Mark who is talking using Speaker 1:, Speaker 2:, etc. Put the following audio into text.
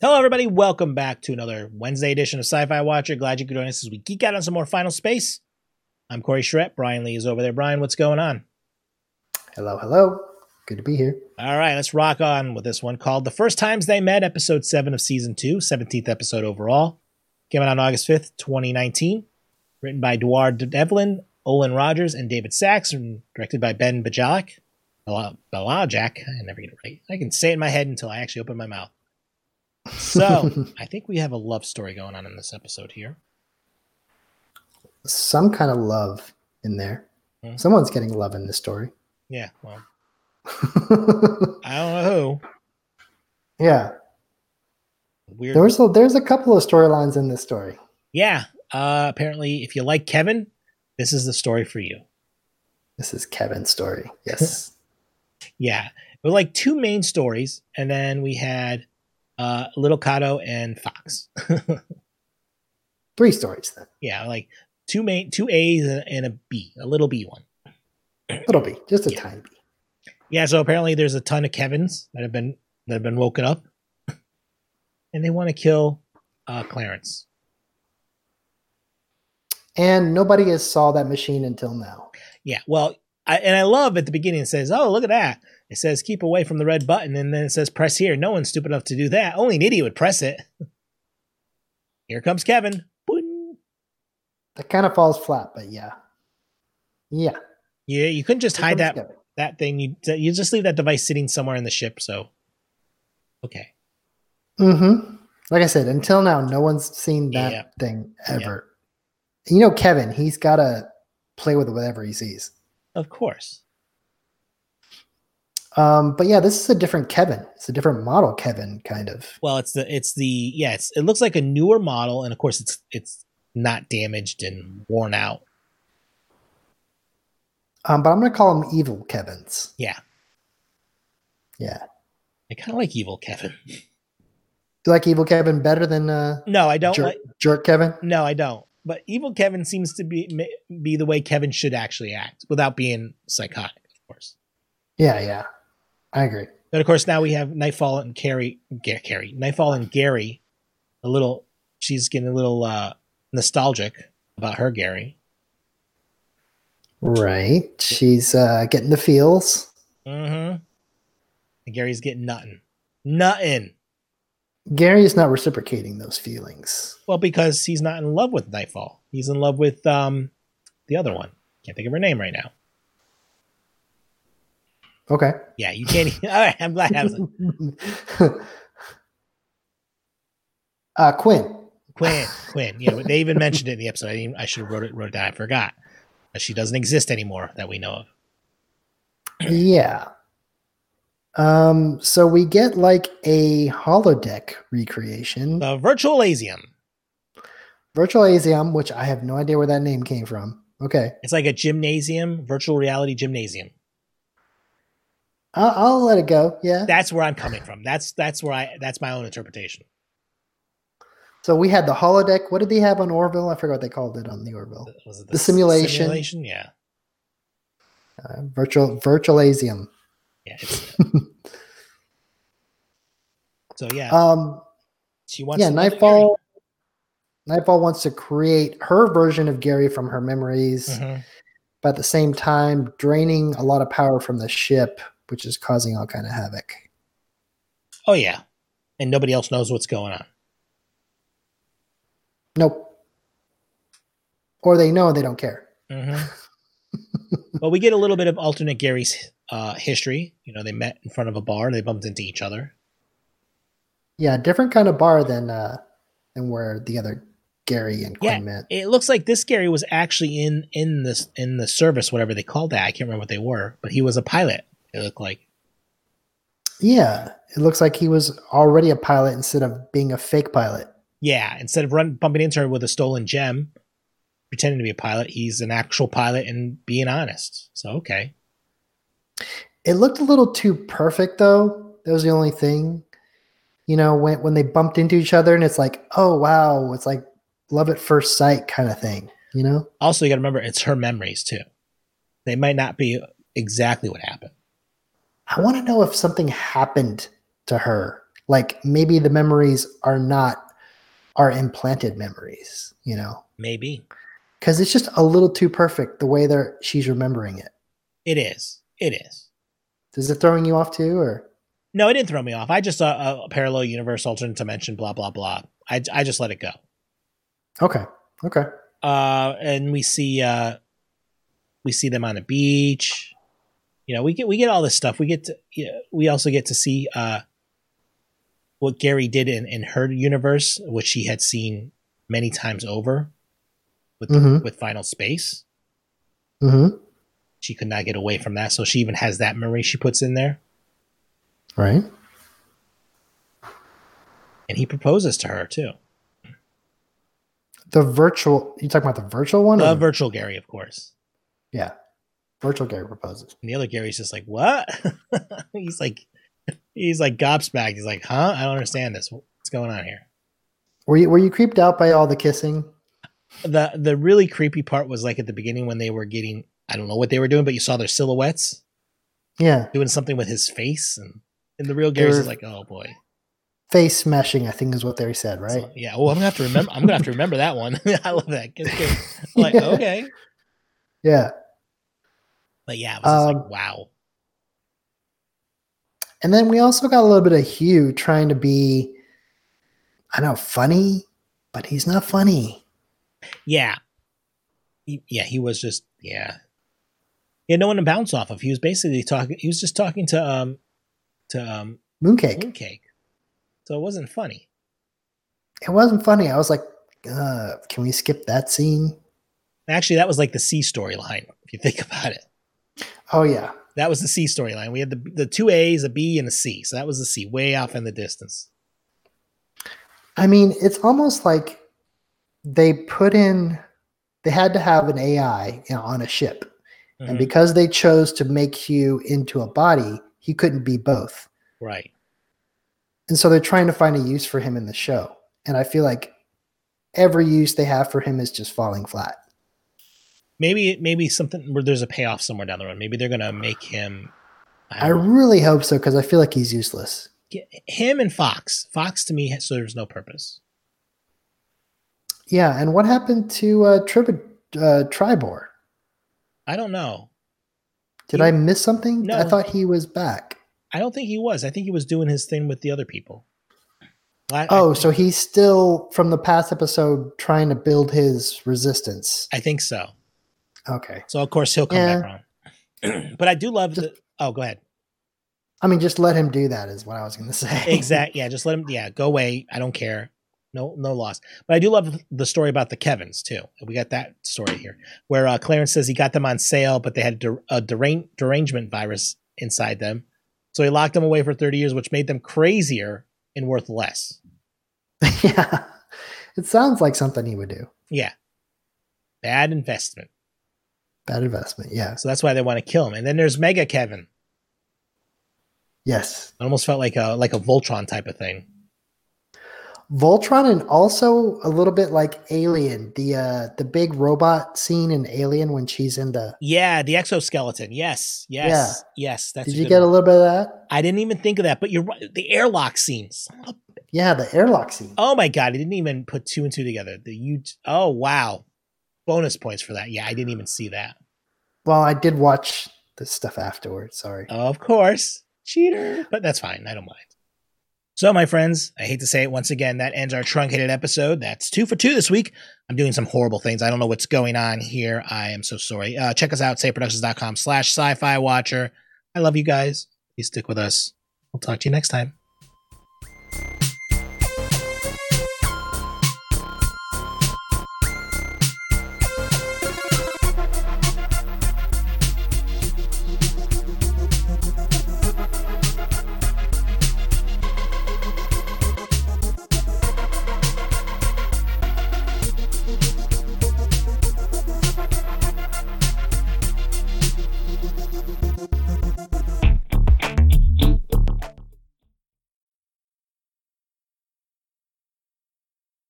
Speaker 1: Hello, everybody. Welcome back to another Wednesday edition of Sci Fi Watcher. Glad you could join us as we geek out on some more Final Space. I'm Corey Schrett. Brian Lee is over there. Brian, what's going on?
Speaker 2: Hello, hello. Good to be here.
Speaker 1: All right, let's rock on with this one called The First Times They Met, Episode 7 of Season 2, 17th episode overall. Came out on August 5th, 2019. Written by Duard Devlin, Olin Rogers, and David Sachs, and directed by Ben Bajalik. Bala- Balajak. I never get it right. I can say it in my head until I actually open my mouth. So I think we have a love story going on in this episode here.
Speaker 2: Some kind of love in there.
Speaker 1: Mhm.
Speaker 2: Someone's getting love in this story.
Speaker 1: Yeah, well, I don't know
Speaker 2: yeah,
Speaker 1: who. Weird.
Speaker 2: there was a, there's a couple of storylines in this story.
Speaker 1: yeah. Uh, apparently, if you like Kevin, this is the story for you.
Speaker 2: This is Kevin's story. Yes,
Speaker 1: Yeah, there were like two main stories, and then we had uh, Little Kato and Fox.
Speaker 2: three stories then.
Speaker 1: yeah, like two main, two A's and and a B, a little B one.
Speaker 2: Little B, just a
Speaker 1: Yeah.
Speaker 2: tiny B.
Speaker 1: Yeah, so apparently there's a ton of Kevins that have been that have been woken up, and they want to kill uh, Clarence.
Speaker 2: And nobody has saw that machine until now.
Speaker 1: Yeah, well, I, and I love at the beginning it says, "Oh, look at that." It says, "Keep away from the red button," and then it says, "Press here." No one's stupid enough to do that. Only an idiot would press it. here comes Kevin. Boing.
Speaker 2: That kind of falls flat, but yeah, yeah.
Speaker 1: Yeah, you couldn't just
Speaker 2: Here
Speaker 1: hide that
Speaker 2: comes Kevin.
Speaker 1: that thing. You you just leave that device sitting somewhere in the ship. So, okay,
Speaker 2: Mm-hmm. Like I said, until now, no one's seen that
Speaker 1: Yeah.
Speaker 2: thing
Speaker 1: Yeah.
Speaker 2: ever. You know, Kevin, he's got to play with whatever he sees.
Speaker 1: of course.
Speaker 2: Um, but yeah, this is a different Kevin. It's a different model Kevin, kind of.
Speaker 1: Well, it's the it's the yeah, it's, it looks like a newer model, and of course it's it's not damaged and worn out.
Speaker 2: Um, but I'm going to call him evil Kevins.
Speaker 1: Yeah.
Speaker 2: Yeah.
Speaker 1: I kind of like evil Kevin.
Speaker 2: Do you like evil Kevin better than uh,
Speaker 1: No, I don't
Speaker 2: jerk,
Speaker 1: like.
Speaker 2: jerk Kevin?
Speaker 1: No, I don't. But evil Kevin seems to be ma- be the way Kevin should actually act without being psychotic, of course.
Speaker 2: Yeah, yeah. I agree.
Speaker 1: But of course, now we have Nightfall and Carrie, Ga- Carrie, Nightfall and Gary. A little, she's getting a little uh, nostalgic about her Gary.
Speaker 2: Right. She's uh, getting the feels.
Speaker 1: Mm-hmm. And Gary's getting nothing, nothing.
Speaker 2: Gary is not reciprocating those feelings.
Speaker 1: Well, because he's not in love with Nightfall. He's in love with um, the other one. Can't think of her name right now.
Speaker 2: Okay.
Speaker 1: Yeah, you can't. e-, All right, I'm glad. I was like,
Speaker 2: uh, Quinn.
Speaker 1: Quinn, Quinn. Yeah, they even mentioned it in the episode. I, didn't, I should have wrote it. Wrote it down. I forgot. But she doesn't exist anymore that we know of.
Speaker 2: Yeah. Um, so we get like a holodeck recreation.
Speaker 1: The virtual Asium.
Speaker 2: Virtual Asium, which I have no idea where that name came from. Okay.
Speaker 1: It's like a gymnasium, virtual reality gymnasium.
Speaker 2: I'll, I'll let it go. Yeah.
Speaker 1: That's where I'm coming from. That's that's where I. That's my own interpretation.
Speaker 2: so we had the holodeck. What did they have on Orville? I forgot what they called it on the Orville.
Speaker 1: Was it
Speaker 2: The simulation.
Speaker 1: Simulation. Yeah.
Speaker 2: Uh, virtual Virtual Asium.
Speaker 1: Yeah. It's, so yeah,
Speaker 2: Um,
Speaker 1: she wants.
Speaker 2: yeah,
Speaker 1: to know that
Speaker 2: Nightfall. Nightfall wants to create her version of Gary from her memories,
Speaker 1: Gary- Mhm.
Speaker 2: but at the same time draining a lot of power from the ship, which is causing all kind of havoc.
Speaker 1: Oh yeah, and nobody else knows what's going on.
Speaker 2: Nope. Or they know and they don't care.
Speaker 1: Mm-hmm. well, we get a little bit of alternate Gary's uh, history. You know, they met in front of a bar. They bumped into each other.
Speaker 2: Yeah, different kind of bar than uh than where the other Gary and Quinn
Speaker 1: Yeah.
Speaker 2: met.
Speaker 1: It looks like this Gary was actually in in this in the service, whatever they called that. I can't remember what they were, but he was a pilot. It looked like.
Speaker 2: Yeah, it looks like he was already a pilot instead of being a fake pilot.
Speaker 1: Yeah, instead of run bumping into her with a stolen gem, pretending to be a pilot, he's an actual pilot and being honest. So okay,
Speaker 2: It looked a little too perfect though. That was the only thing. You know, when when they bumped into each other and it's like, "Oh wow, it's like love at first sight kind of thing." You know?
Speaker 1: Also, you got to remember it's her memories too. They might not be exactly what happened.
Speaker 2: I want to know if something happened to her. Like maybe the memories are not are implanted memories, you know,
Speaker 1: Maybe
Speaker 2: because it's just a little too perfect the way that she's remembering it.
Speaker 1: it is. It is.
Speaker 2: Is it throwing you off too, or
Speaker 1: No, it didn't throw me off. I just saw a, a parallel universe, alternate dimension, blah blah blah. I I just let it go.
Speaker 2: okay, okay,
Speaker 1: uh, and we see uh, we see them on the beach. You know, we get we get all this stuff. We get to you know, we also get to see uh, what Gary did in in her universe, which she had seen many times over with
Speaker 2: Mhm.
Speaker 1: with Final Space.
Speaker 2: mm-hmm.
Speaker 1: She could not get away from that, so she even has that memory she puts in there.
Speaker 2: right?
Speaker 1: And he proposes to her too.
Speaker 2: The virtual. You talking about the virtual one? or
Speaker 1: The
Speaker 2: the
Speaker 1: virtual Gary, of course.
Speaker 2: virtual Gary proposes.
Speaker 1: And the other Gary's just like, "What?" he's like, he's like gobsmacked. He's like, "Huh? I don't understand this. What's going on here?"
Speaker 2: Were you were you creeped out by all the kissing?
Speaker 1: the the really creepy part was like at the beginning when they were getting I don't know what they were doing, but you saw their silhouettes
Speaker 2: Yeah,
Speaker 1: doing something with his face and and the real Gary's
Speaker 2: were-
Speaker 1: is like, oh boy,
Speaker 2: face smashing. I think is what they said,
Speaker 1: So,
Speaker 2: right?
Speaker 1: yeah. Well, I'm gonna have to remember. I'm gonna have to remember that one. I love that. 'Cause Gary- I'm like
Speaker 2: Yeah.
Speaker 1: okay,
Speaker 2: Yeah,
Speaker 1: but yeah, it was just like
Speaker 2: Um,
Speaker 1: wow,
Speaker 2: and then we also got a little bit of Hugh trying to be, I don't know, funny, but he's not funny.
Speaker 1: yeah, He- yeah. He was just yeah. He had no one to bounce off of. He was basically talking. He was just talking to um to um
Speaker 2: Mooncake.
Speaker 1: Mooncake, so it wasn't funny.
Speaker 2: It wasn't funny. I was like, uh, can we skip that scene?
Speaker 1: Actually, that was like the C storyline if you think about it.
Speaker 2: Oh yeah,
Speaker 1: That was the C storyline. We had the the two A's, a B, and a C. So that was the C, way off in the distance.
Speaker 2: I mean, it's almost like they put in, they had to have an AI you know, on a ship. And
Speaker 1: Mhm.
Speaker 2: because they chose to make Hugh into a body, he couldn't be both.
Speaker 1: right.
Speaker 2: And so they're trying to find a use for him in the show. And I feel like every use they have for him is just falling flat.
Speaker 1: Maybe maybe something where there's a payoff somewhere down the road. Maybe they're gonna make him.
Speaker 2: I
Speaker 1: I don't know.
Speaker 2: really hope so because I feel like he's useless.
Speaker 1: him and Fox. Fox to me serves no purpose.
Speaker 2: Yeah. And what happened to uh, Trib- uh, Tribor?
Speaker 1: I don't know.
Speaker 2: Did
Speaker 1: He-
Speaker 2: I miss something?
Speaker 1: No.
Speaker 2: I thought he was back.
Speaker 1: I don't think he was. I think he was doing his thing with the other people. I, I
Speaker 2: Oh,
Speaker 1: think-
Speaker 2: so he's still from the past episode trying to build his resistance.
Speaker 1: I think so.
Speaker 2: Okay.
Speaker 1: So of course he'll come back around. but I do love the. Oh, go ahead.
Speaker 2: I mean, just let him do that is what I was going to say.
Speaker 1: Exact. Yeah, just let him. Yeah, go away. I don't care. No, no loss. But I do love the story about the Kevin's too. We got that story here, where uh, Clarence says he got them on sale, but they had a, der- a derang- derangement virus inside them, so he locked them away for thirty years, which made them crazier and worth less.
Speaker 2: yeah. It sounds like something he would do.
Speaker 1: Yeah, bad investment.
Speaker 2: Bad investment. Yeah.
Speaker 1: So that's why they want to kill him. And then there's Mega Kevin.
Speaker 2: Yes.
Speaker 1: It almost felt like a like a Voltron type of thing.
Speaker 2: Voltron and also a little bit like Alien, the uh the big robot scene in Alien when she's in the
Speaker 1: Yeah, the exoskeleton. Yes, yes, yes. That's
Speaker 2: Did
Speaker 1: a
Speaker 2: you
Speaker 1: good
Speaker 2: get
Speaker 1: one.
Speaker 2: a little bit of that?
Speaker 1: I didn't even think of that, but you're right. The airlock scenes.
Speaker 2: Yeah, the airlock scene.
Speaker 1: Oh my god, I didn't even put two and two together. The you. Oh wow, bonus points for that. Yeah, I didn't even see that.
Speaker 2: Well, I did watch this stuff afterwards, sorry.
Speaker 1: Of course, cheater. But that's fine. I don't mind. So, my friends, I hate to say it once again, that ends our truncated episode. That's two for two this week. I'm doing some horrible things. I don't know what's going on here. I am so sorry. Uh, check us out, sayproductions.com slash sci-fi watcher. I love you guys. Please stick with us. We'll talk to you next time.